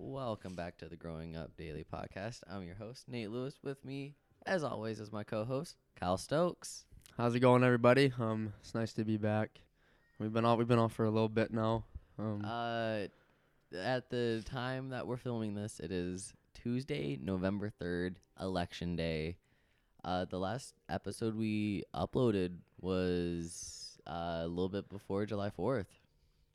Welcome back to the Growing Up Daily Podcast. I'm your host, Nate Lewis. With me, as always, is my co host, Kyle Stokes. How's it going, everybody? Um, it's nice to be back. We've been off. We've been off for a little bit now. Um, Uh, at the time that we're filming this, it is Tuesday, November 3rd, Election Day. Uh, the last episode we uploaded was uh, a little bit before July 4th.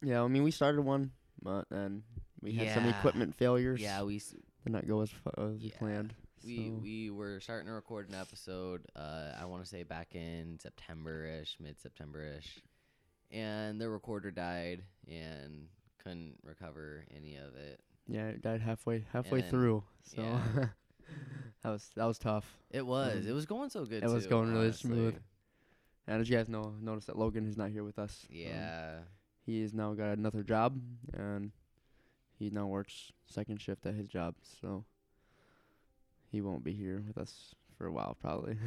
yeah, I mean, we started one, but then we had some Yeah. equipment failures. Yeah, we s- did not go as, fu- as Yeah. planned. we so- we were starting to record an episode. Uh, I want to say back in September ish, mid September ish, and the recorder died and couldn't recover any of it. yeah, it died halfway halfway then- through. So yeah. that was that was tough. It was Mm. it was going so good. It was too, going really honestly. smooth. And as you guys know, notice that Logan is not here with us. Um, Yeah, he has now got another job, and he now works second shift at his job. So he won't be here with us for a while, probably.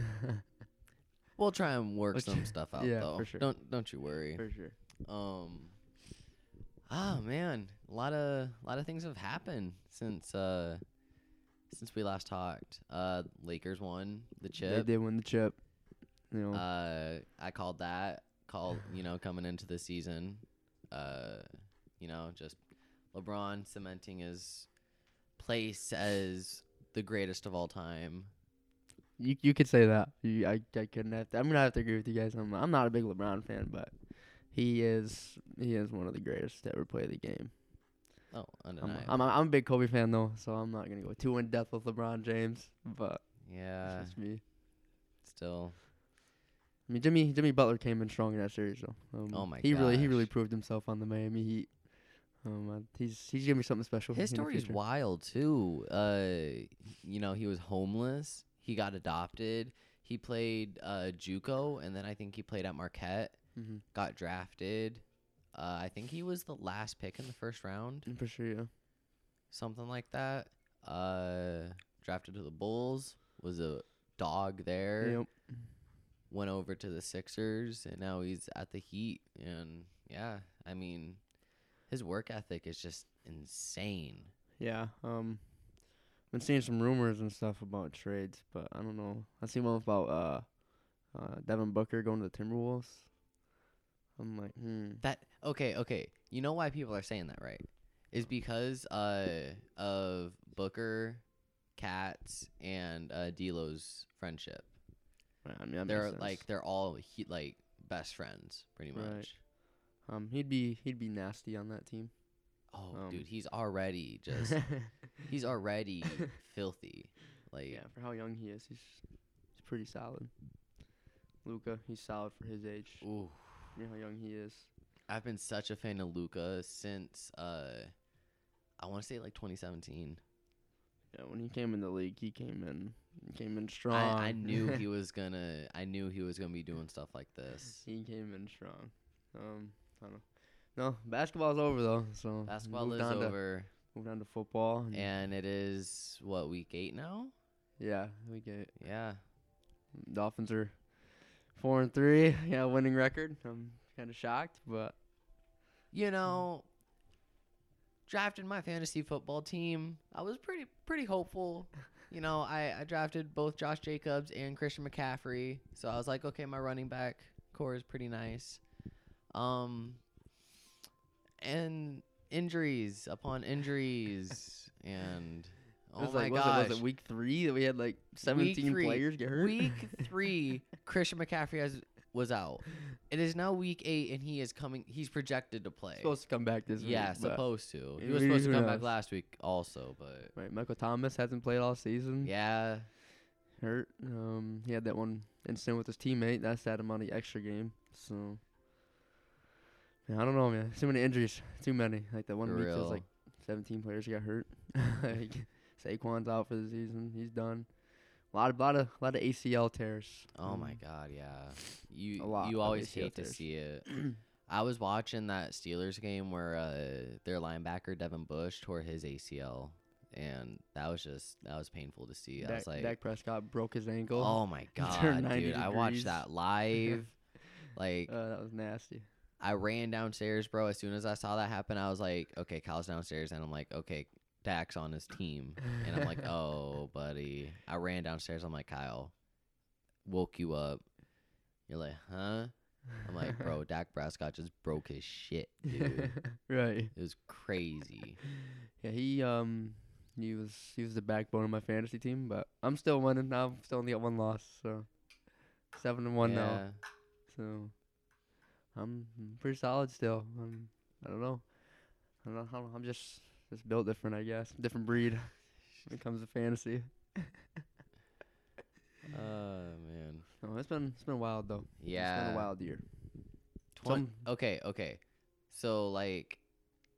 we'll try and work Which- some stuff out yeah, though. for sure. Don't don't you worry. for sure. Um. Ah man, a lot of lot of things have happened since uh since we last talked. Uh, Lakers won the chip. They did win the chip. You know, Uh, I called that called you know coming into the season, uh, you know just LeBron cementing his place as the greatest of all time. you you could say that. You, I I couldn't have. To, I'm gonna have to agree with you guys. I'm I'm not a big LeBron fan, but he is he is one of the greatest to ever play the game. Oh, I'm undeniable. I'm, I'm a big Kobe fan though, so I'm not gonna go too in depth with LeBron James, but yeah, it's just me. still I mean, Jimmy Jimmy Butler came in strong in that series though. Um, Oh my He really he really gosh. proved himself on the Miami Heat. Um, uh, he's he's gonna be something special. his in the story's future. wild too. Uh, you know he was homeless. He got adopted. He played uh, JUCO, and then I think he played at Marquette. Mhm. Got drafted. Uh, I think he was the last pick in the first round. Mm, for sure. Yeah. something like that. Uh, drafted to the Bulls, was a dog there. Yep. Went over to the Sixers, and now he's at the Heat. And yeah, I mean, his work ethic is just insane. Yeah. Um, been seeing some rumors and stuff about trades, but I don't know. I seen one about uh, uh, Devin Booker going to the Timberwolves. I'm like, hmm. That okay, okay. You know why people are saying that, right? Is because uh of Booker, Cats, and uh, D'Lo's friendship. I mean, that They're makes sense. like they're all he- like best friends, pretty much. Right. um, he'd be he'd be nasty on that team. Oh, Um, dude, he's already just he's already filthy. Like yeah, for how young he is, he's he's pretty solid. Luca, he's solid for his age. ooh, You know how young he is. I've been such a fan of Luca since uh I want to say like 2017. Yeah, when he came in the league, he came in he came in strong. I, I knew he was gonna I knew he was gonna be doing stuff like this. He came in strong. Um, I don't know. No, basketball's over though. So we Basketball moved is on to- Mm. over Moved on to football. And and it is what week 8 now? yeah, we get it. Yeah. Dolphins are four and three. Yeah, winning record. I'm kind of shocked, but You Mm-hmm. know, drafted my fantasy football team. I was pretty pretty hopeful. You know, I, I drafted both Josh Jacobs and Christian McCaffrey. So I was like, okay, my running back core is pretty nice. Um and injuries upon injuries and it oh was my like, gosh. Was it, was it week three that we had like 17 three. players get hurt? Week three, Christian McCaffrey has was out. It is now week eight and he is coming he's projected to play. supposed to come back this week. Yeah, but- supposed to. He it was really- supposed to who come back knows? last week also, but Right, Michael Thomas hasn't played all season. yeah, Hurt. Um, he had that one incident with his teammate. That set him on the extra game. So, yeah, I don't know, man. Too many injuries. Too many. Like that one for week, it real. was like 17 players got hurt. like Saquon's out for the season. He's done. A lot of, lot of, lot of ACL tears. oh my Um, god, yeah. You a lot you of always ACL hate to tears. see it. I was watching that Steelers game where uh, their linebacker Devin Bush tore his ACL, and that was just that was painful to see. I Dak, was like, Dak Prescott broke his ankle. oh my god, dude! 90 I degrees. watched that live. like Uh, that was nasty. I ran downstairs, bro. As soon as I saw that happen, I was like, okay, Kyle's downstairs, and I'm like, okay, Dax on his team. And I'm like, oh, buddy. I ran downstairs. I'm like, Kyle, woke you up. You're like, huh? I'm like, bro, Dak Prescott just broke his shit, dude. right. it was crazy. Yeah, he um he was he was the backbone of my fantasy team, but I'm still winning. I've still only got one loss, so seven and one now. So I'm I'm pretty solid still. I'm I don't know. I don't know how I'm just just built different, I guess. Different breed when it comes to fantasy. Yeah. Oh, man. No, it's been it's been wild though. It's been Yeah. a wild year. Twen- Some- okay, okay. So like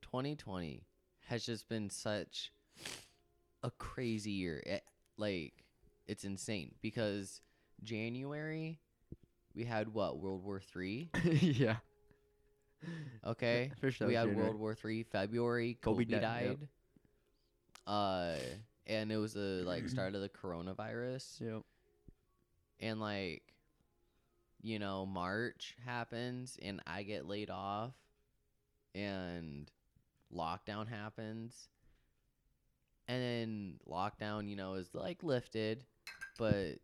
2020 has just been such a crazy year. It, like it's insane because January we had what World War 3, yeah. okay? First we had World War 3 February Kobe Kobe, di- yep. died. Uh and it was the like start of the coronavirus Yep. and like you know march happens and i get laid off and lockdown happens and then lockdown you know is like lifted but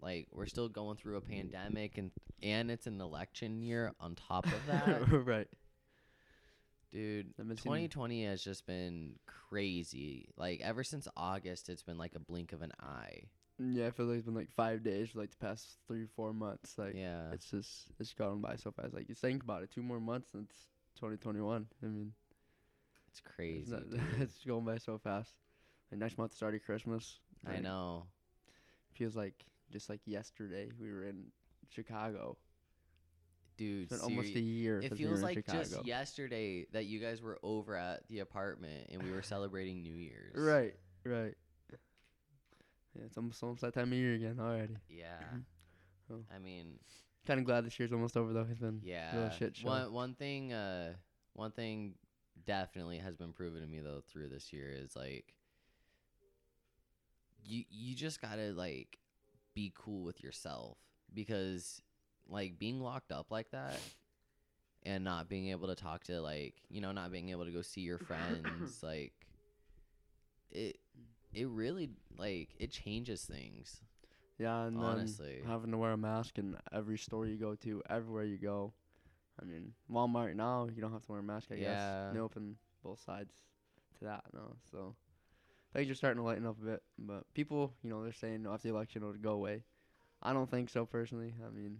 like we're still going through a pandemic and and it's an election year on top of that right. dude I've been seeing- 2020 has just been crazy like ever since august it's been like a blink of an eye Yeah, I feel like it's been like five days for like the past three, four months. Like yeah it's just it's gone by so fast. Like you think about it, two more months and it's twenty twenty one. I mean it's it's, crazy not- dude. it's going by so fast. Like next month started Christmas. i like, know Feels like just like yesterday we were in Chicago. dude It's been almost seri- a year. It since we were feels in like Chicago. just yesterday that you guys were over at the apartment and we were celebrating New Year's. Right, right. Yeah, it's almost almost that time of year again already. Yeah. Oh. I mean, Kind of glad this year's almost over though. It's been yeah. shit show. One one thing uh one thing definitely has been proven to me though through this year is like you you just got to like be cool with yourself because like being locked up like that and not being able to talk to like you know not being able to go see your friends like it it really like it changes things yeah, and then honestly having to wear a mask in every store you go to, everywhere you go. I mean, Walmart now you don't have to wear a mask. I Yeah. guess they open both sides to that now, so things are starting to lighten up a bit. But people, you know, they're saying "No, after the election it'll go away. I don't think so personally. I mean,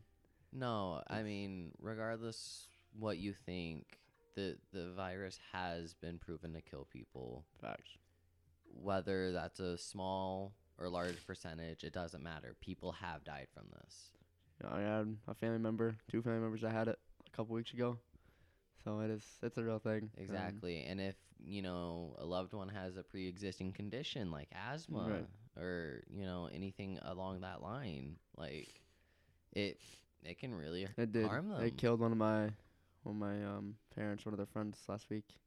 no i it's- mean regardless what you think the the virus has been proven to kill people facts. whether that's a small or large percentage it doesn't matter people have died from this Yeah, I had a family member, two family members that had it a couple weeks ago. So it is it's a real thing. um, Exactly. and if, you know, a loved one has a pre existing condition like asthma or, you know, anything along that line, like it it can really it did. harm them. It killed one of my one of my um parents, one of their friends last week.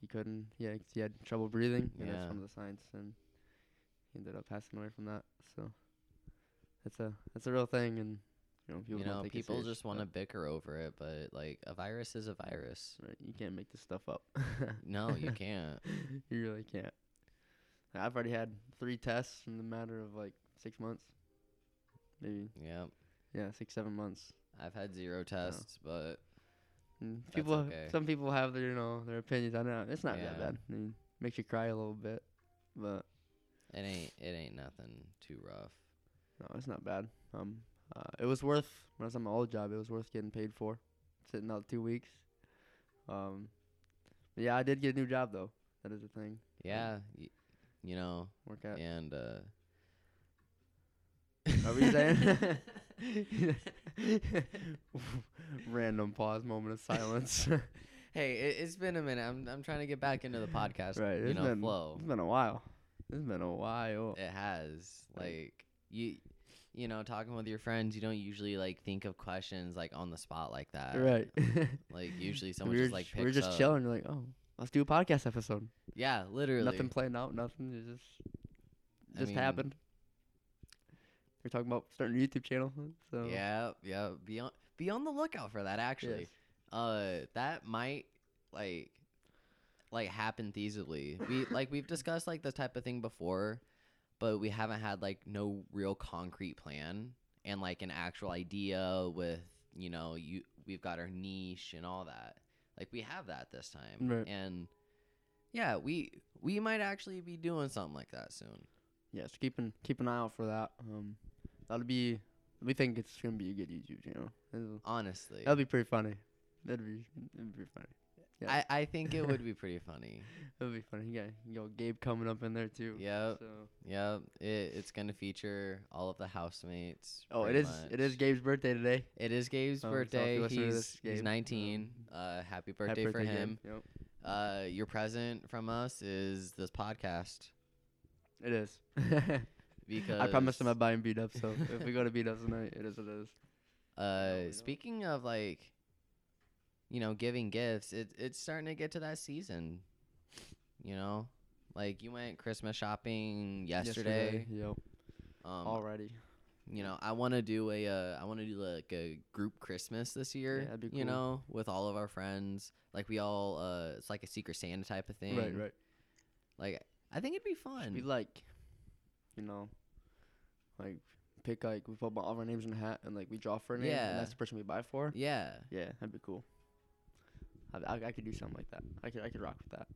He couldn't yeah, he had trouble breathing and Yeah. that's one of the signs and he ended up passing away from that. So it's a it's a real thing and you know people you don't know, think it's people serious, just want to bicker over it, but like a virus is a virus. but, right, you can't make this stuff up. No, you can't. you really can't. I've already had three tests in the matter of like six months, maybe Yep. yeah, six seven months. I've had zero tests, but And Mm, people, okay. some people have their you know their opinions on it. Uh, It's not Yeah. that bad. I mean, makes you cry a little bit, but it ain't it ain't nothing too rough. no, it's not bad. Um, uh, it was worth when I was on my old job. It was worth getting paid for, sitting out two weeks. Um, but yeah, I did get a new job though. That is a thing. Yeah. Y- you know, Work out. and uh Are we saying? Random pause, moment of silence. Hey, it, it's been a minute. I'm I'm trying to get back into the podcast, right, you it's know, been flow. it's been a while. It's been a while. It has Right. like you, you know, talking with your friends. You don't usually like think of questions like on the spot like that. right. Like usually someone we were just like picks we were just up. chilling. You're like, oh, let's do a podcast episode. Yeah, literally. Nothing planned out. Nothing. It just I just mean, happened. We're talking about starting a YouTube channel. So Yeah, yeah. Be on be on the lookout for Uh, that. Actually, yes. uh, that might like like happen feasibly. We like we've discussed like this type of thing before, but we haven't had like no real concrete plan and like an actual idea with you know you we've got our niche and all that. Like we have that this time, Right. and yeah, we we might actually be doing something like that soon. Yes, keep an keep an eye out for that. Um, that'll be. We think it's gonna be a good YouTube channel. That'll, Honestly, that'll be pretty funny. That'd be that'd be funny. yeah. I I think it would be pretty funny. That'd be funny. Yeah, you got Gabe coming up in there too. Yep. So. Yep, it, it's gonna feature all of the housemates. Oh, it pretty is it is much. Gabe's birthday today. It is Gabe's Oh, so if you birthday. listen to he's this, he's Gabe, Um, 19. uh, happy Happy birthday, for Gabe. him. Yep. Uh, your present from us is this podcast It is. because I promised him I'd buy him beat up, so if we go to beat up tonight, it is what it is. we Uh, don't. speaking of like, you know, giving gifts, it, it's starting to get to that season. You know, like you went Christmas shopping yesterday. Yep. Um, Already. you know i want to do a uh, i want to do like a group christmas this year Yeah, that'd be you cool. know with all of our friends like we all uh it's like a secret santa type of thing Right, right. like i think it'd be We fun like, you know, like pick like we put all of our names in a hat and like we draw for a name Yeah. and that's the person we buy for. yeah Yeah, that'd be cool. I, I, I could do something like that. I could I could rock with that.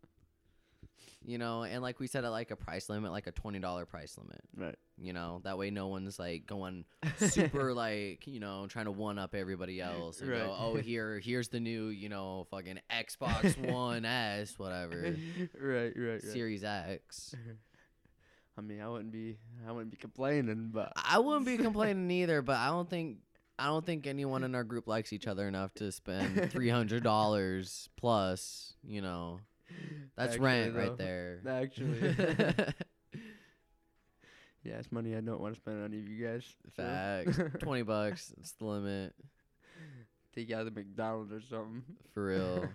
you know and like we set at like a price limit like a $20 price limit Right. you know that way no one's like going super like you know trying to one up everybody else and go Right. oh here here's the new you know fucking xbox one s whatever right, right, right. series x I mean, I wouldn't be I wouldn't be complaining, but I wouldn't be complaining either, but I don't think I don't think anyone in our group likes each other enough to spend three hundred dollars plus. You know, that's Actually, rent though. right there. Actually, yeah, it's money I don't want to spend on any of you guys. so. Facts. Twenty bucks. It's the limit Take you out to McDonald's or something. for real.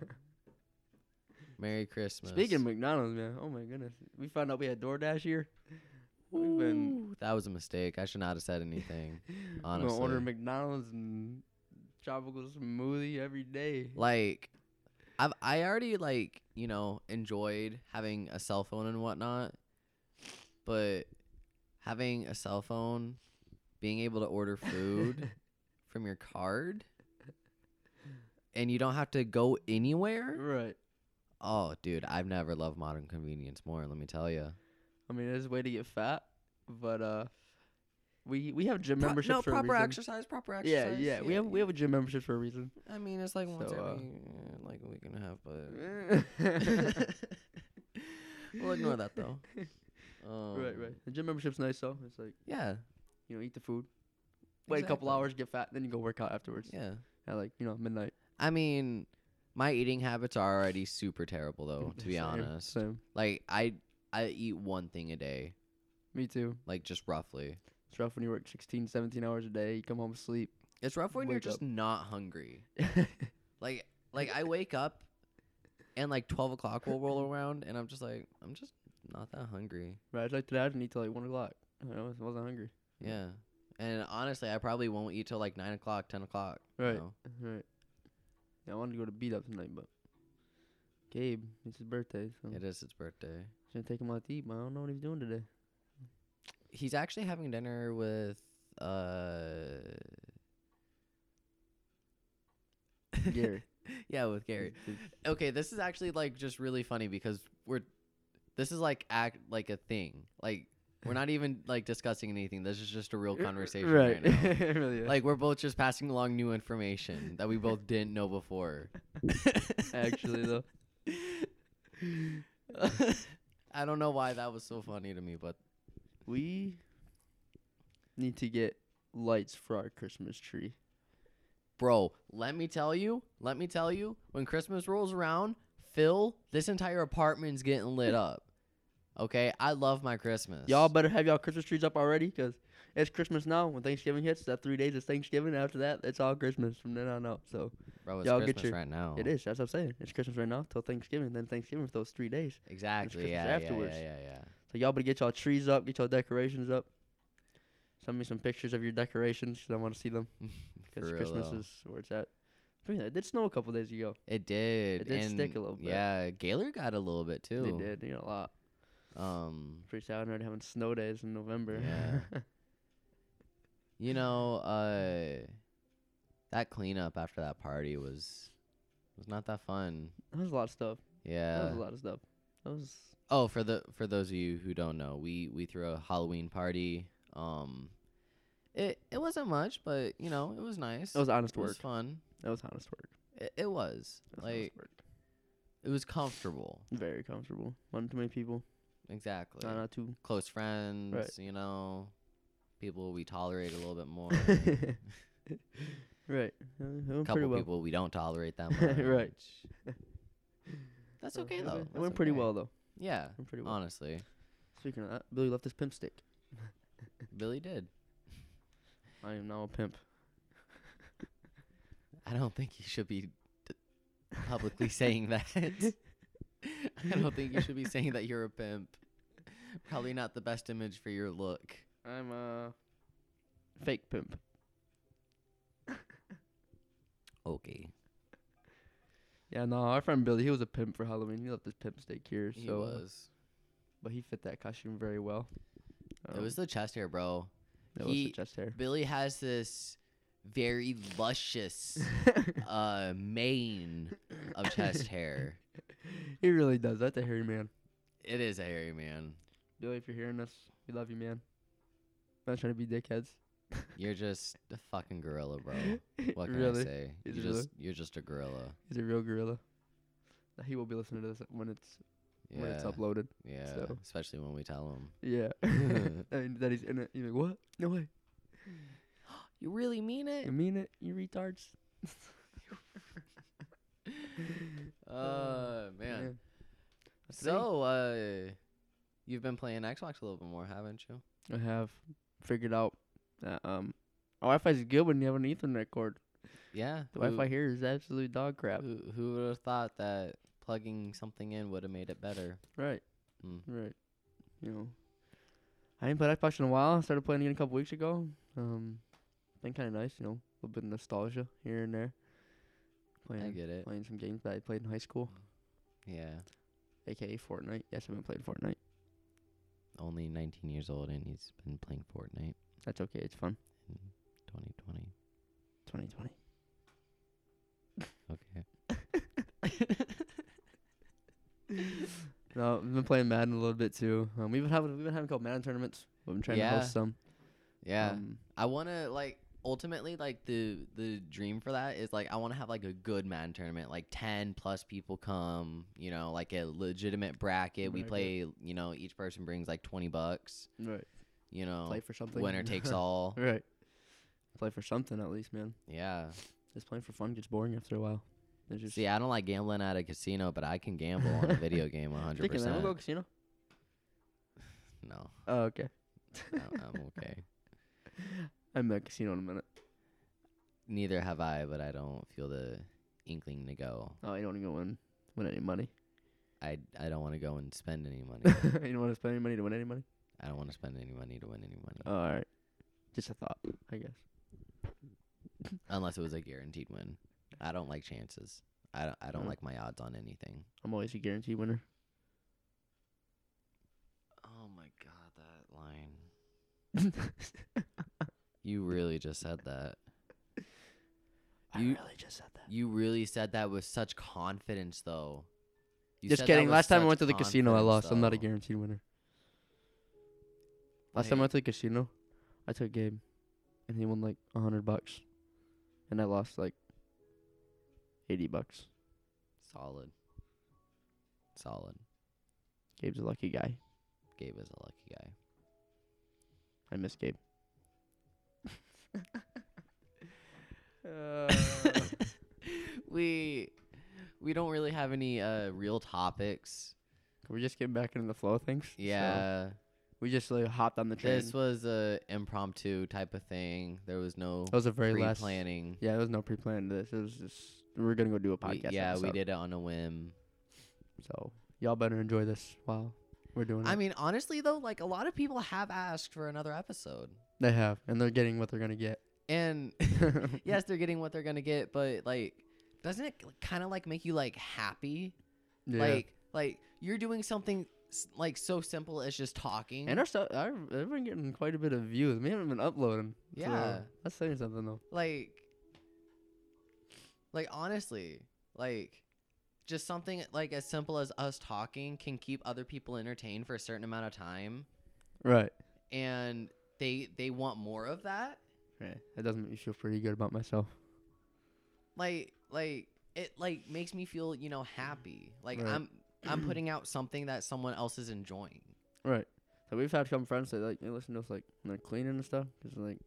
Merry Christmas. Speaking of McDonald's, man, oh my goodness, we found out we had DoorDash here. We've been Ooh, that was a mistake. I should not have said anything. we honestly. ordering McDonald's and tropical smoothie every day. Like, I've I already like you know enjoyed having a cell phone and whatnot, but having a cell phone, being able to order food from your card, and you don't have to go anywhere. right. Oh, dude, I've never loved modern convenience more. Let me tell you. I mean, it's a way to get fat, but uh, we we have gym memberships for a reason. exercise, proper Yeah, yeah, we have we have a gym membership for a reason. I mean, it's like once So, uh, every uh, like a week and a half, but we'll ignore that though. Um, right, right. The gym membership's nice though. It's like Yeah. you know, eat the food, wait a couple Exactly. hours, get fat, then you go work out afterwards. Yeah. At like you know midnight. I mean, my eating habits are already super terrible though, to be Same, honest. same. Like I I eat one thing a day, Me too. like just roughly. It's rough when you work 16, 17 hours a day. You come home sleep. It's rough when you're Wake just up. not hungry. yeah, Like like I wake up and like twelve o'clock will roll around and I'm just like I'm just not that hungry. right. It's like today I didn't eat till like one o'clock. I was- wasn't hungry. Yeah. And honestly I probably won't eat till like nine o'clock, ten o'clock. you Right. know? Right. Yeah, I wanted to go to beat up tonight, but Gabe, it's his birthday, so It is its birthday. it's gonna take him out to eat. But I don't know what he's doing today. He's actually having dinner with uh Gary. yeah, with Gary. He's- he's- okay, this is actually like just really funny because we're this is like act like a thing. Like we're not even like discussing anything. This is just a real conversation right, now. It really is. Like we're both just passing along new information that we both didn't know before. actually though. I don't know why that was so funny to me, but We need to get lights for our Christmas tree. bro, let me tell you, let me tell you, when Christmas rolls around, Phil, this entire apartment's getting lit up. Okay, I love my Christmas. Y'all better have y'all Christmas trees up already, 'cause it's Christmas now. When Thanksgiving hits, that three days is Thanksgiving. After that, it's all Christmas from then on out. So Bro, it's Y'all get Christmas your- right now. it is. That's what I'm saying. It's Christmas right now till Thanksgiving. Then Thanksgiving for those three days. Exactly. Christmas Yeah, afterwards. Yeah, yeah, yeah, yeah. So y'all better get y'all trees up, get y'all decorations up. Send me some pictures of your decorations 'cause I want to see them. For Because real Christmas though. is where it's at. Speaking of that, it did snow a couple days ago. It did. It did stick a little bit. Yeah, Gaylor got a little bit too. They did, you know, a lot. Um, Pretty sad I'm already having snow days in November. Yeah. you know, uh, that cleanup after that party was was not that fun. that was a lot of stuff. That Yeah. was a lot of stuff. That was Oh, for the for those of you who don't know, we we threw a Halloween party. Um, it it wasn't much, but you know, it was nice. that was honest it was work. fun. That was honest work. It, it was That was like honest work. it was comfortable. Very comfortable. One too many people. Exactly. Not, not too. Close friends, you know, people we tolerate a little bit more. right. Uh, it went pretty couple well. people we don't tolerate that much. Right. That's Uh, okay it though. went- It That's went pretty okay. well though. Yeah, Went pretty well. honestly, Speaking of that, Billy left his pimp stick. Billy did. I am now a pimp. I don't think you should be d- publicly saying that. I don't think you should be saying that you're a pimp. Probably not the best image for your look. I'm a fake pimp. Okay. Yeah, no, our friend Billy, he was a pimp for Halloween. He left his pimp stick here, so He was. but he fit that costume very well. It Um, was the chest hair, bro. that was the he- chest hair. Billy has this very luscious uh mane of chest hair. he really does. That's a hairy man. It is a hairy man. Billy, if you're hearing us, we love you, man. I'm not trying to be dickheads. You're just a fucking gorilla, bro. What can really, I say? He's you a gorilla. just you're just a gorilla. he's a real gorilla. He will be listening to this when it's Yeah. when it's uploaded. Yeah. so. Especially when we tell him. Yeah, and that he's in it. You're like, what? No way. You really mean You it? mean it? You retards. Oh, Uh man. That's me. So uh you've been playing Xbox a little bit more, haven't you? I have figured out that um, our Wi-Fi is good when you have an Ethernet cord. Yeah. The Wi-Fi here is absolute dog crap. Who who would have thought that plugging something in would have made it better? Right. Mm. Right. You know, I ain't played Xbox in a while. I started playing again a couple weeks ago. Um, been kind of nice, you know, a little bit of nostalgia here and there. Playing, I get it. playing some games that I played in high school, Yeah. aka Fortnite. Yes, I've been playing Fortnite. Only 19 years old and he's been playing Fortnite That's okay. It's fun. in 2020. 2020. Okay. No, I've been playing Madden a little bit too. Um, we've been having we've been having a couple Madden tournaments. We've been trying to Yeah. host some. Yeah. Um, I want to like ultimately like the the dream for that is like I want to have like a good man tournament like 10 plus people come, you know, like a legitimate bracket. We Bracket. play, you know, each person brings like 20 bucks, right. you know. Play for something. Oh, Winner takes all. Right. Play for something at least, man. Yeah. Just playing for fun gets boring after a while. There's just See, I don't like gambling at a casino, but I can gamble on a video game 100%. Speaking of that, we'll go casino. no. Oh, okay. I'm I'm okay. I'm at casino in a minute. Neither have I, but I don't feel the inkling to go. Oh, you don't want to go win win any money. I I don't want to go and spend any money. you don't want to spend any money to win any money. I don't want to spend any money to win any money. Oh, all right. Just a thought, I guess. Unless it was a guaranteed win. I don't like chances. I don't, I don't Mm. like my odds on anything. I'm always a guarantee winner. Oh my god, that line. You really just said that. I You- really just said that. You really said that with such confidence, though. You just said that kidding. with Last time I such went to the casino, I confidence, lost. I'm not a though. guaranteed winner. Last time Like- I went to the casino, I took Gabe, and he won like a hundred bucks, and I lost like eighty bucks. Solid. Solid. Gabe's a lucky guy. Gabe is a lucky guy. I miss Gabe. we we don't really have any uh real topics. Can we just get back into the flow of things? So, Yeah. we just like hopped on the train. this was a impromptu type of thing. There was no that was the very Oh, last. pre-planning. Yeah, there was no pre-plan to this. It was just we were gonna go do a We- podcast. yeah, we episode. did it on a whim. So y'all better enjoy this while we're doing it. I mean, honestly though, like a lot of people have asked for another episode. They have, and they're getting what they're gonna get. And yes, they're getting what they're going to get, but like doesn't it kind of like make you like happy? Yeah. Like like you're doing something s- like so simple as just talking. and our stuff, I've, I've been getting quite a bit of views. We haven't been uploading. so Yeah. that's saying something though. like like honestly, like just something like as simple as us talking can keep other people entertained for a certain amount of time Right. and they they want more of that. Right. That doesn't make me feel pretty good about myself. like like it like makes me feel you know happy like Right. i'm i'm putting out something that someone else is enjoying Right. So we've had some friends that like they listen to us like when they're cleaning and stuff because like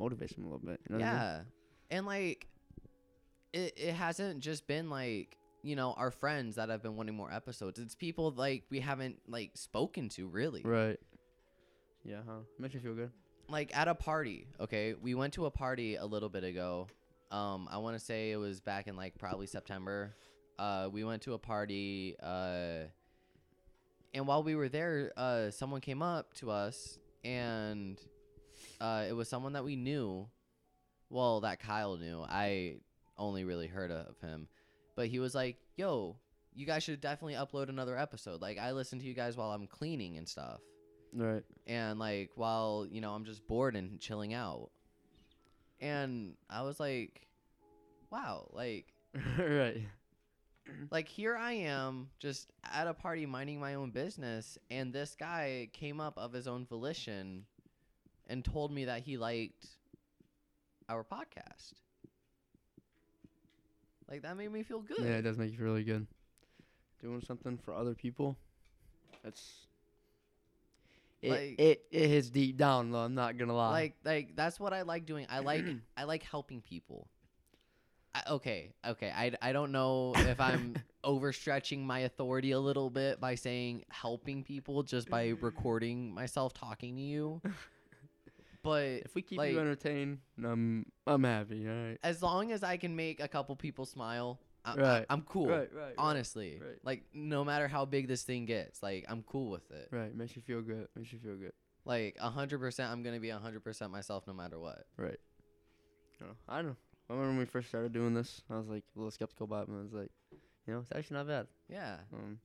motivates them a little bit. You know what I mean? yeah and like it, it hasn't just been like you know our friends that have been wanting more episodes it's people like we haven't like spoken to really Right. Yeah. Huh. Makes you feel good. like at a party okay we went to a party a little bit ago um i want to say it was back in like probably september uh we went to a party uh and while we were there uh someone came up to us and uh it was someone that we knew well that kyle knew i only really heard of him but he was like yo you guys should definitely upload another episode like i listen to you guys while i'm cleaning and stuff Right. and like while you know i'm just bored and chilling out and i was like wow like right. like here i am just at a party minding my own business and this guy came up of his own volition and told me that he liked our podcast like that made me feel good Yeah, it does make you feel really good. Doing something for other people. That's. It, Like- it it hits deep down though. I'm not gonna lie. like like that's what i like doing i like i like helping people I, okay okay I, I don't know if i'm overstretching my authority a little bit by saying helping people just by recording myself talking to you but if we keep like- you entertained, I'm I'm happy. All right. as long as i can make a couple people smile I, Right, I, am cool Right. Right. honestly right. like no matter how big this thing gets like i'm cool with it Right. right. Makes you feel good. Makes you feel good. like 100% i'm gonna be 100% myself no matter what Right. I don't know. I don't know. I remember when we first started doing this, I was like a little skeptical about it, and I was like, you know, it's actually not bad. yeah Um,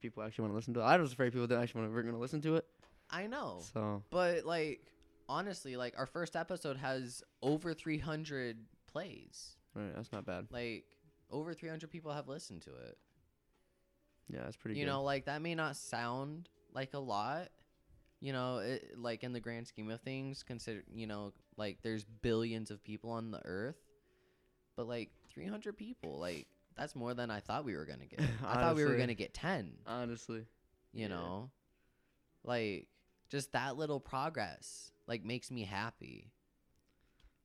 people actually want to listen to it. I was afraid people didn't actually want to, weren't going to listen to it. i know So But like honestly, like our first episode has over 300 plays. right, that's not bad. Like over 300 people have listened to it. Yeah, that's pretty. you good. know, like that may not sound like a lot, you know, it, like in the grand scheme of things, consider, you know, like there's billions of people on the earth, but like 300 people, like that's more than I thought we were going to get. I thought we were Honestly. going to get 10 honestly, you Yeah. know like just that little progress like makes me happy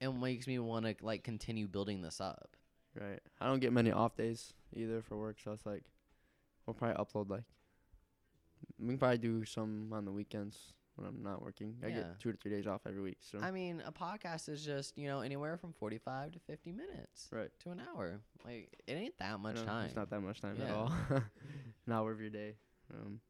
and makes me want to like continue building this up right. I don't get many off days either for work, so it's like we'll probably upload like we can probably do some on the weekends when I'm not working. I Yeah. get two to three days off every week, so i mean a podcast is just you know anywhere from 45 to 50 minutes Right. to an hour like it ain't that I much don't- time It's not that much time at Yeah. all. An hour of your day. Um,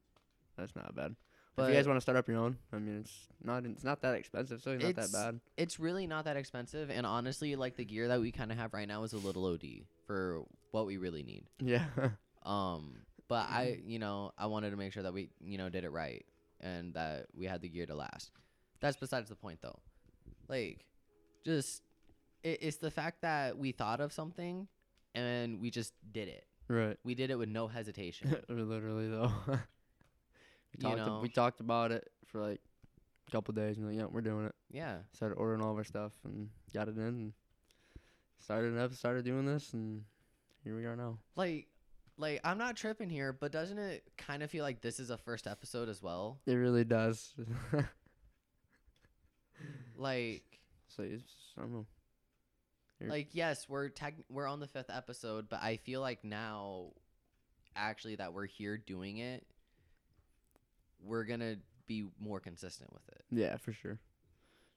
that's not bad. if But- you guys want to start up your own, I mean, it's not it's not that expensive, so it's not that It's- bad. it's really not that expensive and honestly like the gear that we kind of have right now is a little od for what we really need Yeah. um but i you know i wanted to make sure that we you know did it right and that we had the gear to last that's besides the point though like just it, it's the fact that we thought of something and we just did it right. we did it with no hesitation Literally though. we You talked. ab- know. we talked about it for like a couple days, and like, yeah, we're doing it. yeah Started ordering all of our stuff and got it in. And started it up, started doing this, and here we are now. like like i'm not tripping here but doesn't it kind of feel like this is a first episode as well It really does. like so it's I don't know. Here. like yes we're tech we're on the fifth episode but i feel like now actually that we're here doing it we're gonna be more consistent with it Yeah, for sure.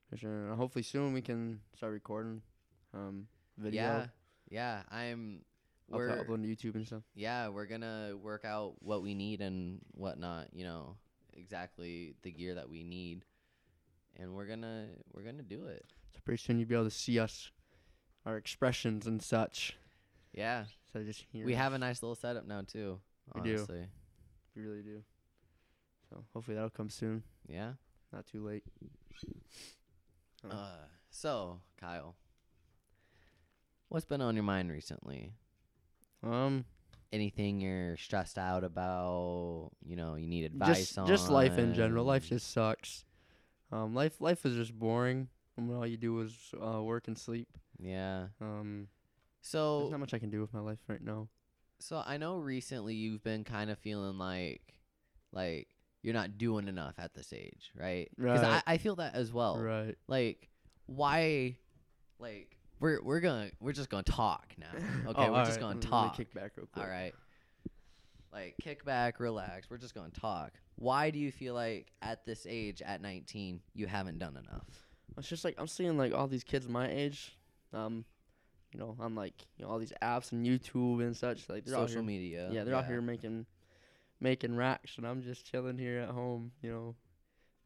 For sure. And hopefully soon we can start recording um video. yeah yeah i'm Up- we're upload to YouTube and stuff. yeah we're gonna work out what we need and whatnot you know exactly the gear that we need and we're gonna we're gonna do it So pretty soon you'll be able to see us our expressions and such. Yeah. So just you We know, have a nice little setup now too. We do. Honestly. we really do. So hopefully that'll come soon. Yeah. Not too late. Huh. Uh, so Kyle, what's been on your mind recently? Um, Anything you're stressed out about? You know, you need advice just on. just life in general. Life just sucks. Um, life life is just boring. When all you do is uh, work and sleep. Yeah. Um, So there's Oh. not much I can do with my life right now. So I know recently you've been kind of feeling like, like you're not doing enough at this age, right? I, Oh. Right. I feel that as well. Right. Like, why? Like we're we're gonna we're just gonna talk now. Okay, Oh, we're just alright, gonna let me- talk. Let me kick back real quick. all right. Like kick back, relax. We're just gonna talk. Why do you feel like at this age, at 19, you haven't done enough? It's just like I'm seeing like all these kids my age, um, you know, on like you know all these apps and YouTube and such. Like they're out Social here, media. yeah, they're out here making, making racks, and I'm just chilling here at home, you know,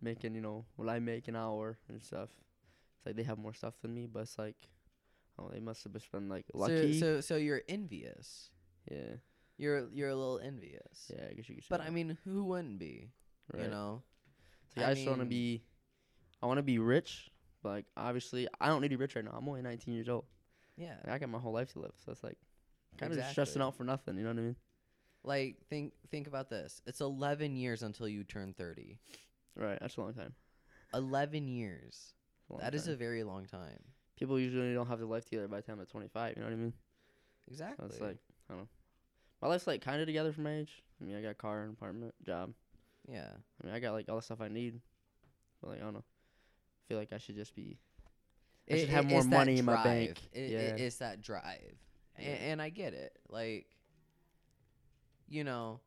making you know what I make an hour and stuff. It's like they have more stuff than me, but it's like, oh, they must have just been like lucky. So, so so you're envious. yeah, You're you're a little envious. yeah, I guess you could. Say But that. I mean, who wouldn't be? You Right. know, It's like, I, I just want to mean- be, I want to be rich. But like obviously, I don't need to be rich right now. I'm only 19 years old. yeah. Like, I got my whole life to live, so it's like kind of just Exactly. stressing out for nothing. You know what I mean? Like think think about this. It's 11 years until you turn 30. Right. That's a long time. 11 years. That's a long That is time. a very long time. people usually don't have their life together by the time they're 25. You know what I mean? So Exactly. it's like I don't know. My life's like kind of together for my age. I mean, I got a car, an apartment, job. yeah. I mean, I got like all the stuff I need. But like I don't know. I feel like I should just be. I should have more it's that money in my drive. bank. It, it- Yeah. it's that drive, A- Yeah. and, I get it. Like, you know,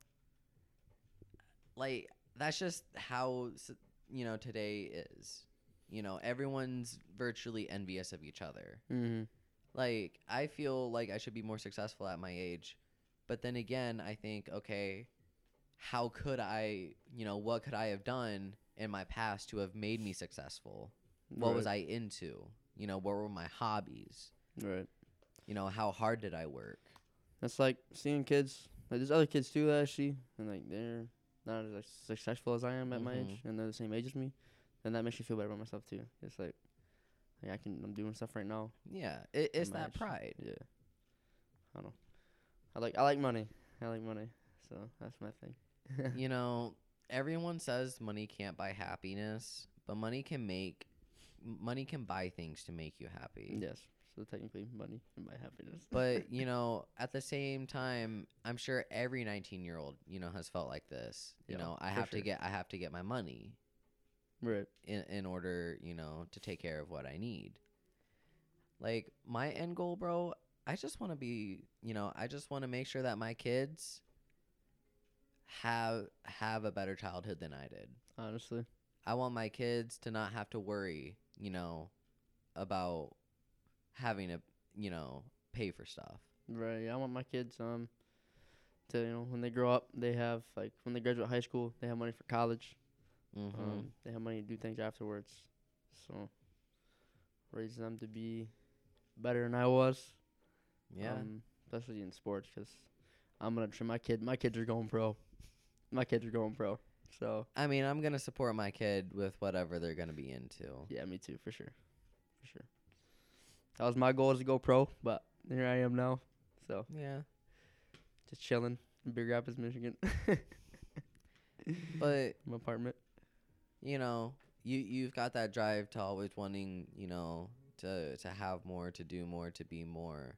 like that's just how s- you know today is. You know, everyone's virtually envious of each other. Mm-hmm. like i feel like i should be more successful at my age but then again i think okay how could i you know what could i have done in my past to have made me successful what was i into you know what were my hobbies Right. you know how hard did i work That's like seeing kids. Like there's other kids too that I see, and like they're not as like, successful as I am at my Mm-hmm. age, and they're the same age as me. Then that makes me feel better about myself too. It's like, like I can, I'm doing stuff right now. yeah it, it's that Imagine. pride Yeah. I don't know. I like, I like money. I like money. So that's my thing. you know everyone says money can't buy happiness but money can make money can buy things to make you happy yes. So technically, money and my happiness. but you know at the same time i'm sure every 19 year old you know has felt like this you Yeah, know i for have to sure. get i have to get my money right. in, in order you know to take care of what i need like my end goal bro i just want to be you know i just want to make sure that my kids have have a better childhood than i did Honestly. I want my kids to not have to worry, you know, about having to, you know, pay for stuff. Right. I want my kids um to you know when they grow up, they have like when they graduate high school, they have money for college. Mm-hmm. Um, they have money to do things afterwards. So raise them to be better than I was. yeah. Um, especially in sports, because I'm gonna trim my kid. My kids are going pro. My kids are going pro. So I mean, I'm going to support my kid with whatever they're going to be into. yeah, me too, for sure, for sure. That was my goal is to go pro, but here I am now. So Yeah. just chilling in Big Rapids, Michigan, But, my apartment. you know, you you've got that drive to always wanting, you know, to to have more, to do more, to be more.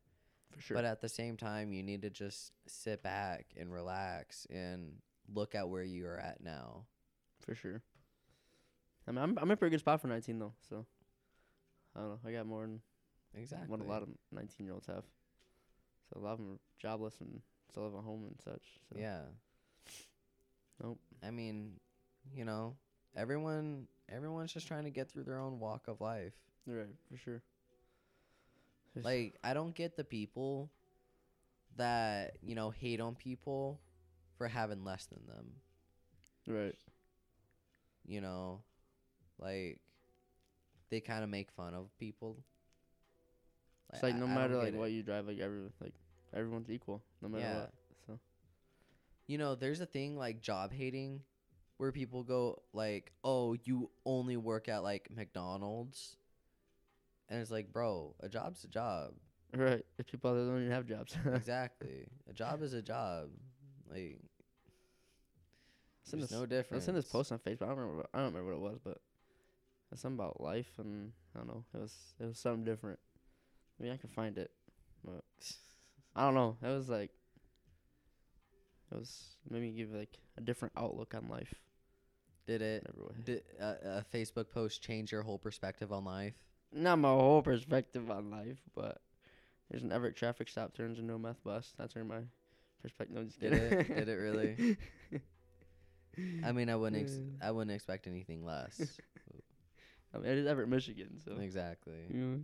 For sure. But at the same time, you need to just sit back and relax and look at where you are at now. For sure. I mean, I'm I'm in a pretty good spot for 19 though. So I don't know. I got more than Exactly. what a lot of 19 year olds have. So a lot of them are jobless and still have a home and such. So. Yeah. Nope. I mean, you know, everyone everyone's just trying to get through their own walk of life. You're right. For sure. Just- Like I don't get the people that, you know, hate on people for having less than them, Right. you know? Like they kind of make fun of people. It's like I- no I don't matter get like it. what you drive, like every like everyone's equal no matter Yeah. what. So You know, there's a thing like job hating where people go like, "Oh, you only work at like McDonald's." And it's like, "Bro, a job's a job." right, there's people out there that don't even have jobs. exactly. A job is a job. Like Send there's us- no I difference. sent this post on Facebook. I don't remember. I don't remember what it was, but it's something about life, and I don't know. It was it was something different. I mean, I can find it, but I don't know. It was like it was made me give like a different outlook on life. Did In it every way. did a, a Facebook post change your whole perspective on life? Not my whole perspective on life, but there's an Everett traffic stop turns into a meth bus. That's where my perspective. No, I'm just Did kidding. it? Did it really? I mean, I wouldn't ex- Yeah. I wouldn't expect anything less. I mean, it is Everett, Michigan. So exactly. You know, Mm-hmm.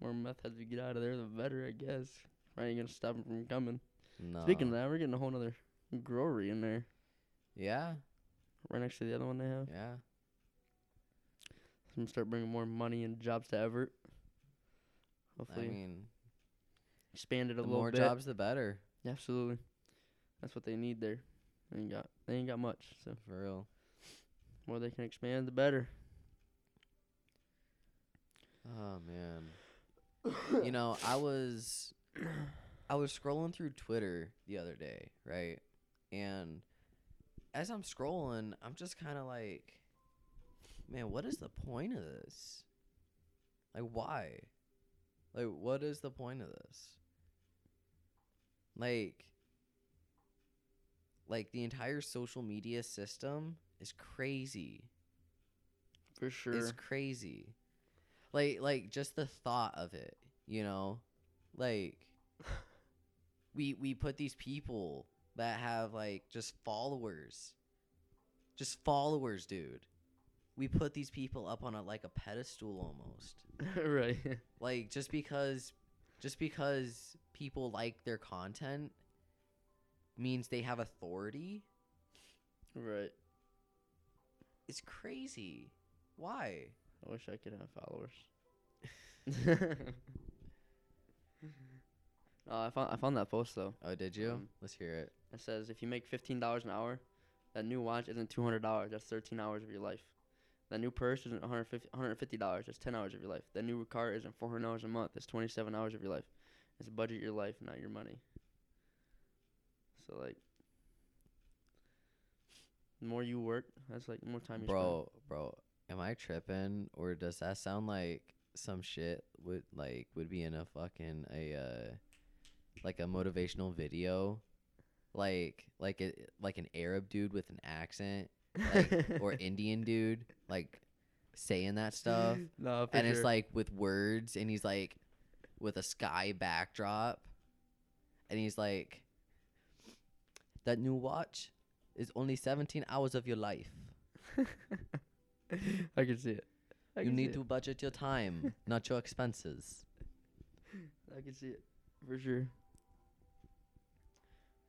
more meth heads we get out of there, the better, I guess. Right, you gonna stop them from coming. No. Speaking of that, we're getting a whole nother growery in there, Yeah. right next to the other one they have. Yeah. So I'm gonna start bringing more money and jobs to Everett. I Hopefully, mean, expand it a the little more bit. jobs the better, Absolutely, that's what they need there. They ain't got, they ain't got much. So for real. the more they can expand, the better. Oh man. you know, I was I was scrolling through Twitter the other day, right? And as I'm scrolling, I'm just kind of like, man, what is the point of this? Like why? Like what is the point of this? Like like the entire social media system is crazy. For sure. It's crazy. Like like just the thought of it, you know? Like we we put these people that have like just followers. Just followers, dude. We put these people up on a like a pedestal almost. right. Like just because just because people like their content means they have authority. right. It's crazy. Why? I wish I could have followers. oh, I found I found that post though. Oh, did you? Um, Let's hear it. It says if you make fifteen dollars an hour, that new watch isn't two hundred dollars. That's thirteen hours of your life. That new purse isn't one hundred fifty dollars. That's ten hours of your life. That new car isn't four hundred dollars a month. That's twenty seven hours of your life. It's budget your life, not your money. So like, the more you work, that's like the more time you bro bro am i tripping or does that sound like some shit would like would be in a fucking a uh like a motivational video like like a like an arab dude with an accent spend. like or indian dude like saying that stuff no, for and it's sure. like with words and he's like with a sky backdrop and he's like that new watch is only 17 hours of your life I can see it. I you can see need it. to budget your time, not your expenses. I can see it for sure.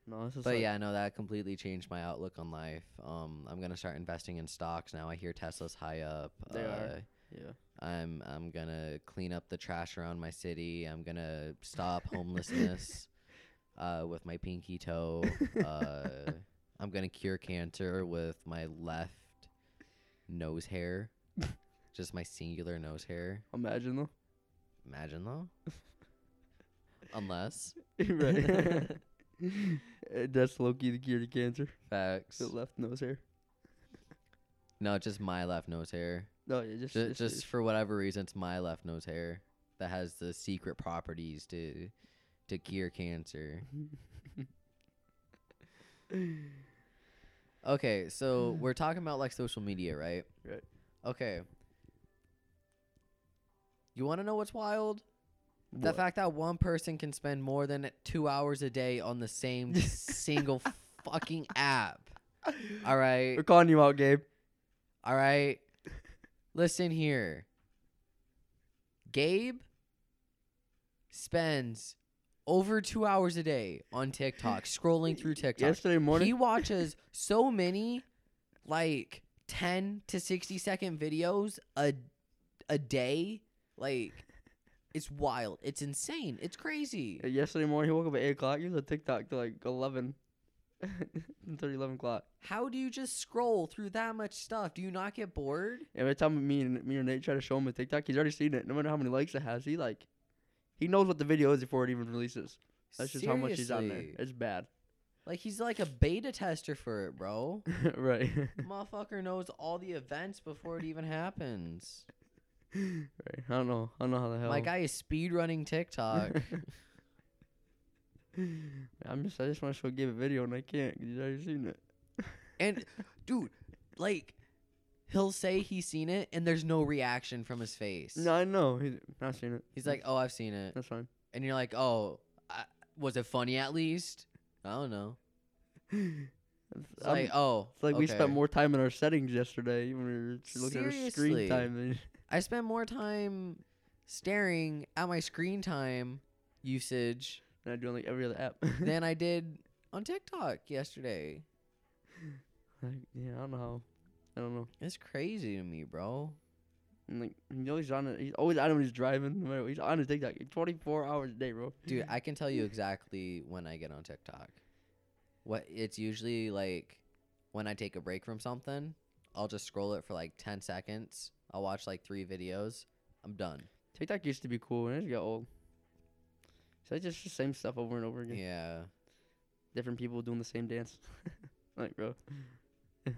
No, this is But like, yeah, no, that completely changed my outlook on life. Um, I'm gonna start investing in stocks now. I hear Tesla's high up. Uh, They are. yeah. I'm I'm gonna clean up the trash around my city. I'm gonna stop homelessness uh, with my pinky toe. Uh, I'm gonna cure cancer with my left nose hair, just my singular nose hair. Imagine though. Imagine though. Unless right. Uh, That's Loki the cure to cancer. facts. The left nose hair. No, just my left nose hair. No, yeah, just Just, just, just for whatever reason, it's my left nose hair that has the secret properties to to cure cancer. Okay, so we're talking about like social media, right? Right. Okay. You want to know what's wild? The What? fact that one person can spend more than two hours a day on the same single fucking app. All right. We're calling you out, Gabe. All right. Listen here. Gabe spends over two hours a day on TikTok, scrolling through TikTok. Yesterday morning. He watches so many, like, 10 to 60 second videos a, a day. Like, It's wild. It's insane. It's crazy. Uh, Yesterday morning, he woke up at 8 o'clock. He was on TikTok till like 11. Until 11 o'clock. How do you just scroll through that much stuff? Do you not get bored? Every time me and me or Nate try to show him a TikTok, he's already seen it. No matter how many likes it has, he like, he knows what the video is before it even releases. That's just how much he's on there. Seriously. It's bad. Like he's like a beta tester for it, bro. right. Motherfucker knows all the events before it even happens. right. I don't know. I don't know how the hell. My guy is speedrunning TikTok. I'm just. I just want to show give a video and I can't. 'cause He's already seen it. and dude, like he'll say he's seen it and there's no reaction from his face. No, I know. He's not seen it. He's like, "Oh, I've seen it." That's fine. And you're like, "Oh, I, was it funny at least?" I don't know. It's, It's I'm- like, "Oh, Um, it's like we spent okay. more time in our settings yesterday. Even we were just looking at our Seriously. screen time. Than I spend more time staring at my screen time usage than I do on like every other app. than I did on TikTok yesterday. Like, yeah, I don't know how. I don't know. It's crazy to me, bro. And like, he's always on it. He's always on it when he's driving. No matter what. He's on his TikTok 24 hours a day, bro. Dude, I can tell you exactly when I get on TikTok. What it's usually like when I take a break from something, I'll just scroll it for like 10 seconds. I'll watch like 3 videos. I'm done. TikTok used to be cool, and it just got old. So it's just the same stuff over and over again. Yeah. Different people doing the same dance. like, bro.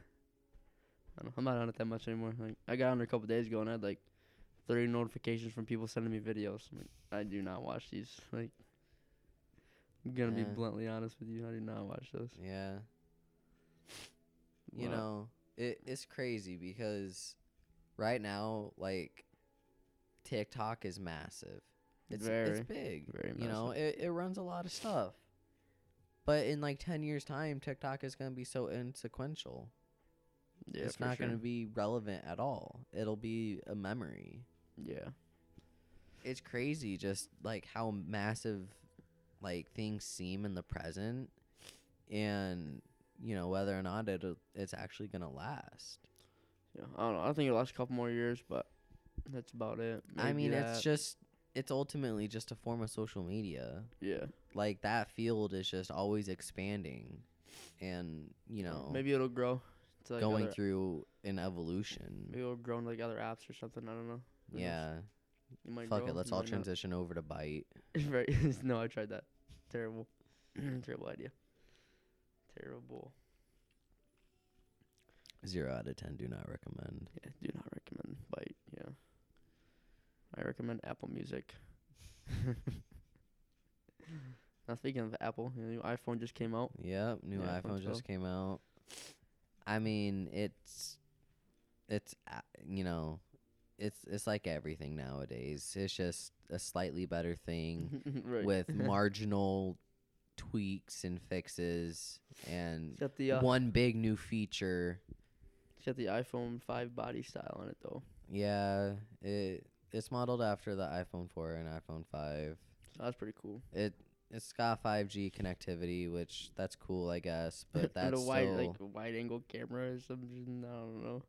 I don't, I'm not on it that much anymore. Like, I got on there a couple days ago, and I had like 30 notifications from people sending me videos. I'm like, I do not watch these. Like, I'm gonna Yeah. be bluntly honest with you. I do not watch those. Yeah. You But- know, it it's crazy because right now like TikTok is massive. It's Very, it's big. very you know, it, it runs a lot of stuff. But in like 10 years time, TikTok is going to be so insequential. yeah, it's for not going sure. to be relevant at all. It'll be a memory. Yeah. It's crazy just like how massive like things seem in the present and you know whether or not it it's actually going to last. Yeah, I don't know. I think it lasts a couple more years, but that's about it. I Maybe mean, that. it's just it's ultimately just a form of social media. yeah. Like that field is just always expanding and you know maybe it'll grow. It's like going other, through an evolution. Maybe it'll grow into like other apps or something. I don't know. Who knows? Yeah. It might Fuck grow, it. Let's might all not. transition over to Bite. right. no, I tried that. Terrible. Terrible idea. Terrible. Zero out of ten. Do not recommend. Yeah. Do not recommend Bite. Yeah. I recommend Apple Music. now speaking of Apple, the new iPhone just came out. Yep. New Yeah, iPhone iPhone just came out. I mean, it's it's a- you know, it's it's like everything nowadays. It's just a slightly better thing Mm-hmm, right. with marginal tweaks and fixes and It's got the uh, one big new feature. it's got the iPhone five body style on it though. Yeah, it it's modeled after the iPhone 4 and iPhone 5. So that's pretty cool. It it's got 5G connectivity, which that's cool, I guess. But that's and a wide still, like wide angle camera or something. I don't know.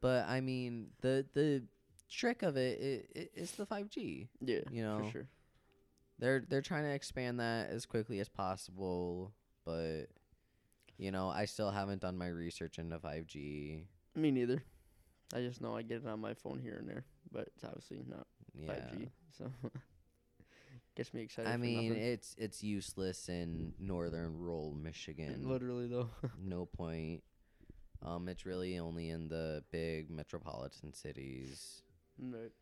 But I mean, the the trick of it, it, it it's the 5G. Yeah, You know. for sure. They're they're trying to expand that as quickly as possible, but you know, I still haven't done my research into 5G. Me neither. I just know I get it on my phone here and there, but it's obviously not Yeah. 5G. So gets me excited. I for mean, nothing. it's it's useless in northern rural Michigan. literally though. no point. Um, it's really only in the big metropolitan cities. right.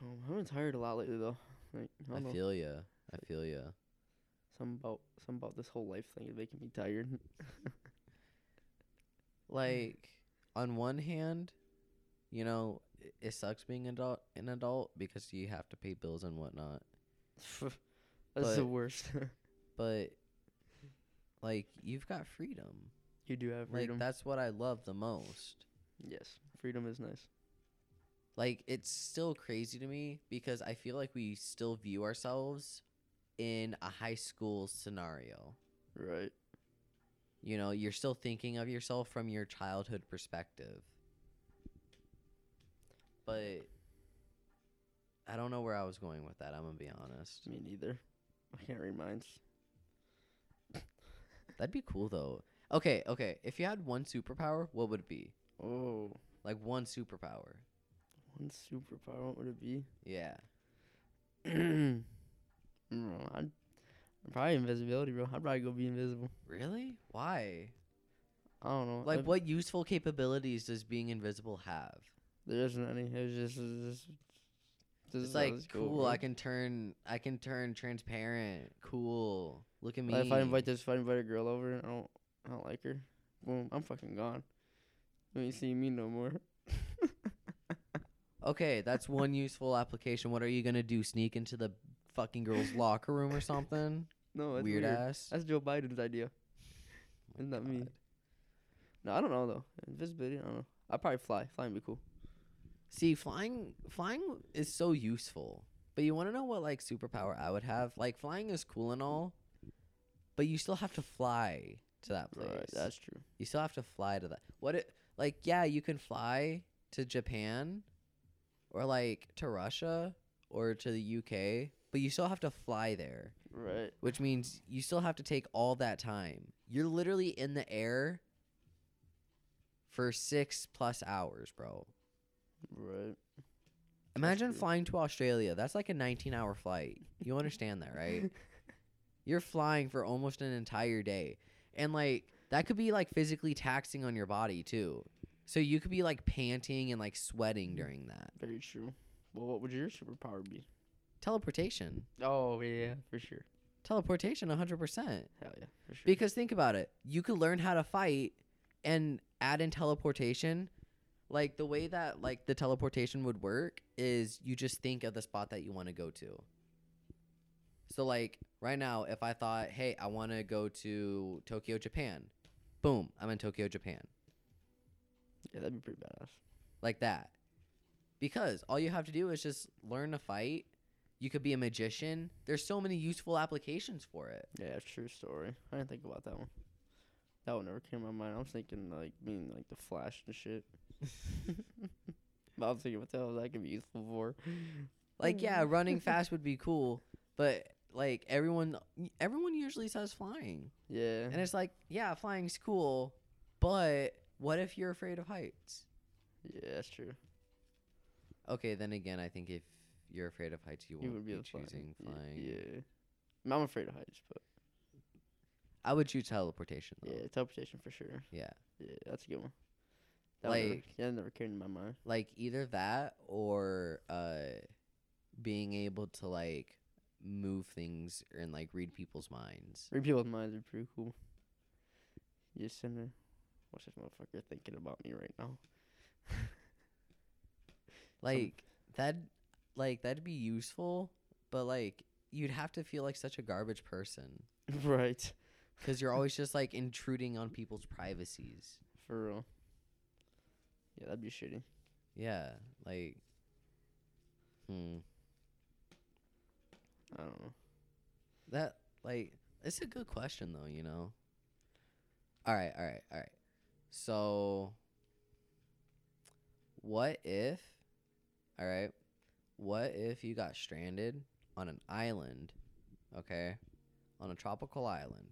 Um, I've been tired a lot lately though. Like, I I don't know. feel ya. I feel ya. Some about some about this whole life thing is making me tired. Like, on one hand, you know, i- it sucks being adult, an adult because you have to pay bills and whatnot. That's the But- worst. But, like, you've got freedom. you do have Like, freedom. that's what I love the most. yes, freedom is nice. Like, it's still crazy to me because I feel like we still view ourselves in a high school scenario. Right. You know, you're still thinking of yourself from your childhood perspective. but I don't know where I was going with that. I'm gonna be honest. Me neither. I can't read minds. That'd be cool though. Okay, okay. If you had one superpower, what would it be? Oh, Like one superpower. one superpower. What would it be? Yeah. Mm, I'd, probably invisibility, bro. I'd probably go be invisible. Really? Why? I don't know. Like, I'd- what useful capabilities does being invisible have? There isn't any. It was just, it was just, this It's is how like this go, cool. bro. I can turn. I can turn transparent. Cool. Look at me. Like, if I invite this, if I invite a girl over, I don't, I don't like her. Boom, I'm fucking gone. You ain't seeing me no more. Okay, that's one useful application. What are you gonna do? Sneak into the fucking girl's locker room or something? No, Weird, that's weird. ass. That's Joe Biden's idea. My Isn't that me? God. No, I don't know though. Invisibility, I don't know. I'd probably fly. Flying would be cool. See, flying flying is so useful. But you want to know what like superpower I would have? Like flying is cool and all, but you still have to fly to that place. Right, that's true. you still have to fly to that. What it like? Yeah, you can fly to Japan, or like to Russia, or to the UK, but you still have to fly there. Right. which means you still have to take all that time. You're literally in the air for six plus hours, bro. Right. Imagine true. flying to Australia. That's like a 19 hour flight. You understand that, right? You're flying for almost an entire day. And like, that could be like physically taxing on your body too. So you could be like panting and like sweating during that. Very true. Well, what would your superpower be? Teleportation. Oh yeah, for sure. Teleportation 100%. Hell yeah, for sure. Because think about it, you could learn how to fight and add in teleportation. Like the way that like the teleportation would work is you just think of the spot that you want to go to. So like right now, if I thought, hey, I want to go to Tokyo, Japan, boom, I'm in Tokyo, Japan, yeah, that'd be pretty badass. like that. Because all you have to do is just learn to fight. You could be a magician. There's so many useful applications for it. Yeah, true story. I didn't think about that one. That one never came to my mind. I was thinking like being like the Flash and shit. but I'm thinking what the hell that could be useful for. Like Mm-hmm. yeah, running fast would be cool, but like everyone everyone usually says flying. Yeah. And it's like, yeah, flying's cool, but what if you're afraid of heights? yeah, that's true. Okay, then again, I think if you're afraid of heights, you You won't would be be the flying. choosing Y- flying. Yeah. I mean, I'm afraid of heights, but I would choose teleportation though. yeah, teleportation for sure. Oh. Yeah. Yeah, that's a good one. That one never, Like- yeah, that never came to my mind. Like either that or uh being able to like move things and like read people's minds. Three people's minds are pretty cool. You just sitting there, what's this motherfucker thinking about me right now? Like that like that'd be useful, but like you'd have to feel like such a garbage person right. cuz you're always just like intruding on people's privacies. For real. Yeah, that'd be shitty. Yeah, like hmm. I don't know. That like it's a good question though, you know. All right, all right, all right. So what if all right, what if you got stranded on an island, okay? On a tropical island.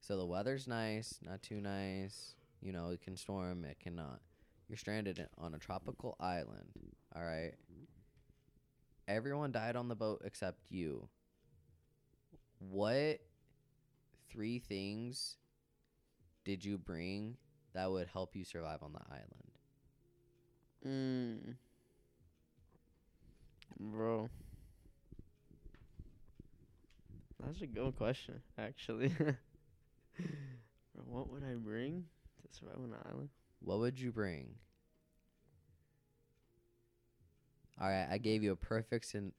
So the weather's nice, not too nice. You know, it can storm, it cannot. You're stranded in- on a tropical island, all right? Everyone died on the boat except you what three things did you bring that would help you survive on the island? Mm. Bro. That's a good question, actually. Bro, what would I bring to survive on an island? What would you bring? All right, I gave you a perfect and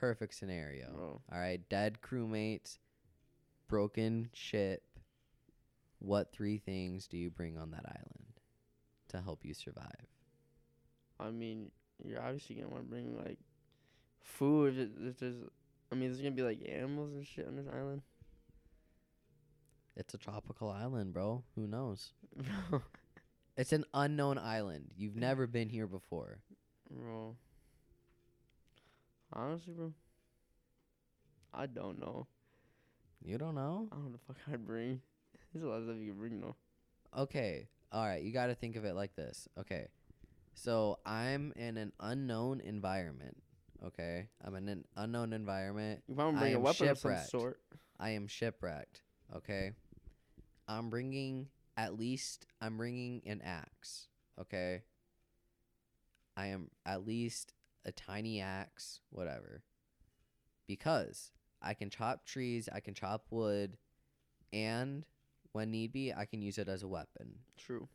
perfect scenario. Bro. All right, dead crewmates, broken ship. What three things do you bring on that island to help you survive? I mean, you're obviously gonna want to bring like food. If, it- if there's, I mean, there's gonna be like animals and shit on this island. It's a tropical island, bro. Who knows? Bro, It's an unknown island. You've never been here before. Bro. Honestly, bro. I don't know. You don't know? I don't know the fuck I'd bring. There's a lot of stuff you can bring though. Okay. All right. You got to think of it like this. Okay. So I'm in an unknown environment. Okay. I'm in an unknown environment. You probably I bring a am weapon of some shipwrecked. sort. I am shipwrecked. Okay. I'm bringing at least I'm bringing an axe. Okay. I am at least a tiny axe, whatever. Because I can chop trees, I can chop wood, and when need be, I can use it as a weapon. True.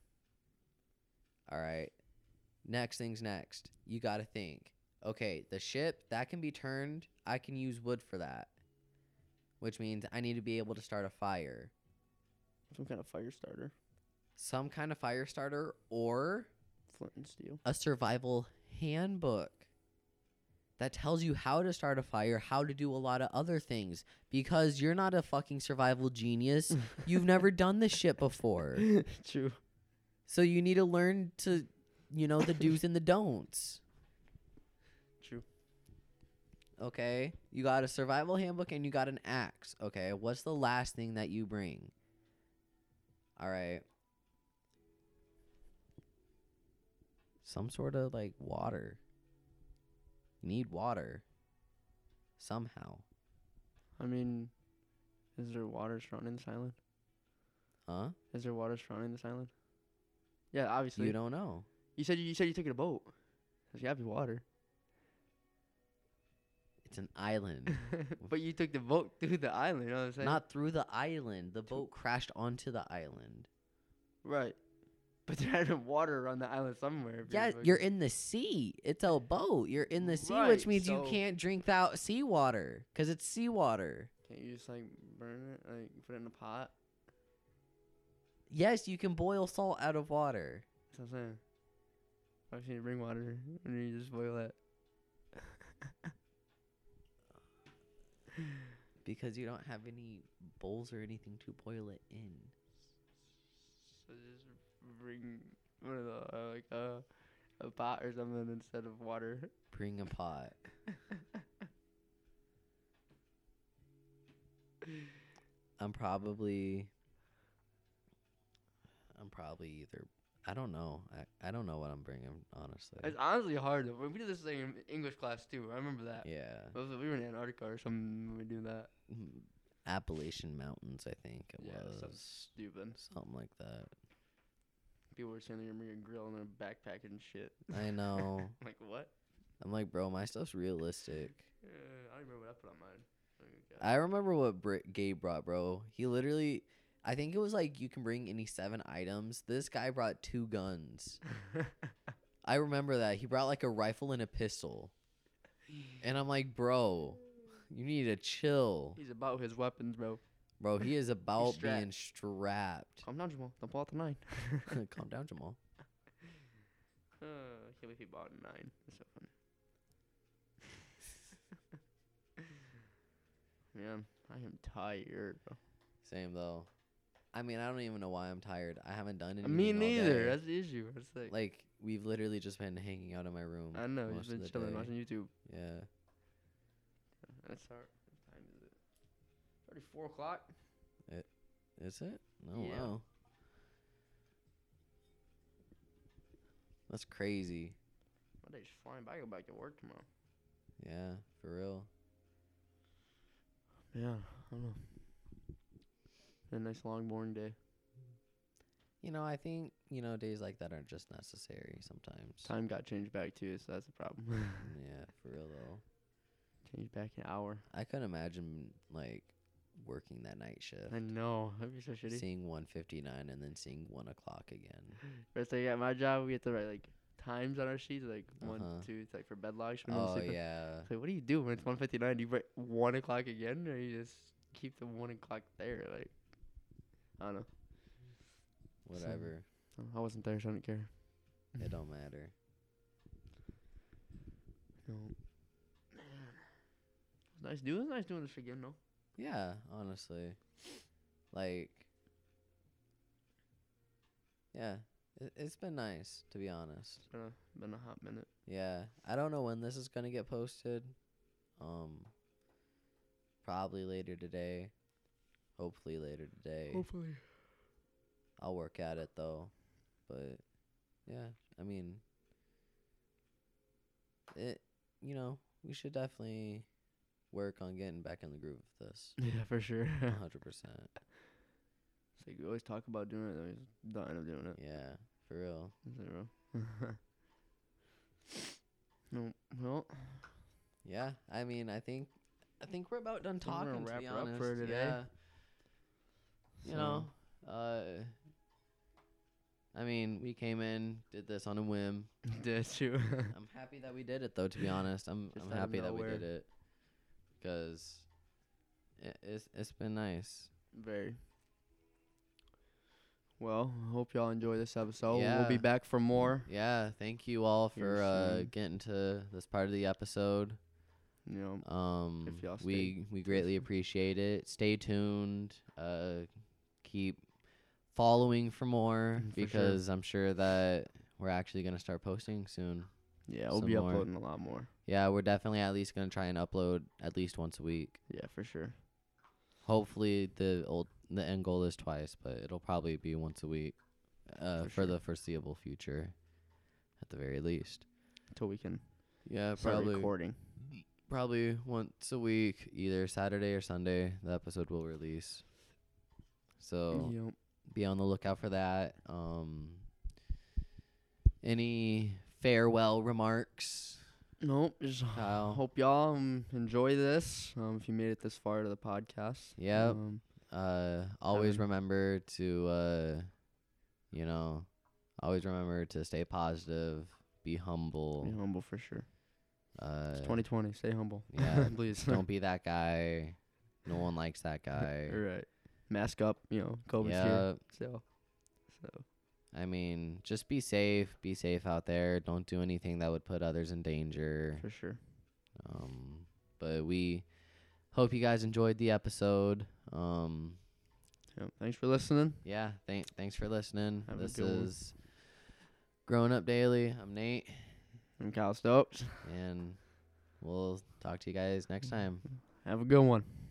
All right. Next thing's next. You got to think. Okay, the ship that can be turned, I can use wood for that. Which means I need to be able to start a fire. Some kind of fire starter. Some kind of fire starter or Flint and steel. a survival handbook that tells you how to start a fire, how to do a lot of other things because you're not a fucking survival genius. You've never done this shit before. True. So you need to learn to, you know, the do's and the don'ts. True. Okay. You got a survival handbook and you got an axe. Okay. What's the last thing that you bring? All right. Some sort of like water. You need water. Somehow. I mean, is there water surrounding this island? Huh? Is there water surrounding this island? Yeah, obviously. You You, don't know. said you, you said you took it a boat. There's gotta be water. It's an island. but you took the boat through the island. You know what I'm saying? Not through the island. The boat crashed onto the island. right. But there had been water around the island somewhere. if Yeah, fucking- you're in the sea. It's a boat. You're in the sea, which Right, means so- you can't drink that seawater because it's seawater. Can't you just like burn it? Like put it in a pot? Yes, you can boil salt out of water. That's what I'm saying. Why should you bring water and then you just boil it? because you don't have any bowls or anything to boil it in. So just bring one of the uh, like uh, a pot or something instead of water. Bring a pot. I'm probably I'm probably either I don't know. I, I don't know what I'm bringing honestly. It's honestly hard though. We did this thing in English class too. I remember that. yeah. It was- We were in Antarctica or something. when We do that. Mm, Appalachian Mountains, I think it Yeah, was. something stupid. Something like that. People were saying they're gonna bring a grill and a backpack and shit. I know. I'm like what? I'm like, bro, my stuff's realistic. Uh, I don't remember what I put on mine. Like, uh, I remember what Br- Gabe brought, bro. He literally, I think it was like you can bring any seven items. This guy brought two guns. I remember that. He brought like a rifle and a pistol. And I'm like, bro, you need to chill. He's about his weapons, bro. Bro, he is about strapped. being strapped. Calm down, Jamal. Don't pull out the nine. Calm down, Jamal. Uh, I can't believe he bought a nine. That's so funny. Man, I am tired. Bro. Same though. I mean, I don't even know why I'm tired. I haven't done I anything. mean, all neither. day. That's the issue. It's like, Like we've literally just been hanging out in my room. I know most you've of been the chilling, day. watching YouTube. Yeah. That's our what time is it? Already four o'clock. Is it? No, Yeah. wow. That's crazy. My day's flying by. I go back to work tomorrow. Yeah, for real. Yeah, I don't know. A nice long boring day. You know, I think, you know, days like that are just necessary sometimes. Time got changed back too, so that's a problem. Yeah, for real though. changed back an hour. I couldn't imagine like working that night shift. I know. That'd be so shitty. Seeing one fifty nine and then seeing one o'clock again. First thing at my job, we have to write like times on our sheets, like one, Uh-huh. two. It's like for bed logs. when I'm Oh sleeping. yeah. It's like, what do you do when it's one fifty nine? Do you write one o'clock again, or you just keep the one o'clock there? Like, I don't know. Whatever. I wasn't there, so I don't care. It don't matter. No. It's nice doing. It's nice doing this again, though. Yeah, honestly. Like Yeah, It, it's been nice to be honest. It's been a, been a hot minute. Yeah, I don't know when this is gonna get posted. Um, probably later today. Hopefully later today. Hopefully. I'll work at it though, but yeah, I mean, it. You know, we should definitely work on getting back in the groove of this. Yeah, for sure. One it's hundred percent. like we always talk about doing it, then we just don't end up doing it. Yeah, for real. Is that real? no, well, Yeah, I mean, I think, I think we're about done Think we're gonna talking. to be wrap her up honest. for today. Yeah. You so, know, uh, I mean, we came in, did this on a whim. that's true. I'm happy that we did it, though. To be honest, I'm Just I'm out of happy that we nowhere. did it because it, it's it's been nice. Very. Well, hope y'all enjoy this episode. We'll be Yeah. back for more. Yeah, thank you all Here for uh, soon. getting to this part of the episode. You know, Um, y'all stay we we greatly tuned. appreciate it. Stay tuned. Uh, keep following for more Mm, for sure. because I'm sure that we're actually gonna start posting soon. yeah, we'll some be more. uploading a lot more. Yeah, we're definitely at least gonna try and upload at least once a week. Yeah, for sure. Hopefully, the old the end goal is twice, but it'll probably be once a week uh, For for, sure. the foreseeable future, at the very least. Until we can Yeah, start recording. probably once a week, either Saturday or Sunday, the episode will release. So Yep. be on the lookout for that. Um, any farewell remarks? Nope. Just Kyle. hope y'all um, enjoy this. Um, if you made it this far to the podcast, Yep. Um, Uh, always Kevin. remember to, uh, you know, always remember to stay positive, be humble. be humble for sure. Uh, It's 2020. Stay humble. yeah, please. don't be that guy. No one likes that guy. All right. Mask up. You know, COVID's here. Yeah. So, so I mean, just be safe. Be safe out there. Don't do anything that would put others in danger. for sure. Um, but we hope you guys enjoyed the episode. Um, Yep. Thanks for listening. yeah, thank thanks for listening. Have a this good one. is Grown Up Daily. I'm Nate, I'm Kyle Stokes. Mm-hmm. and we'll talk to you guys next time. Have a good one.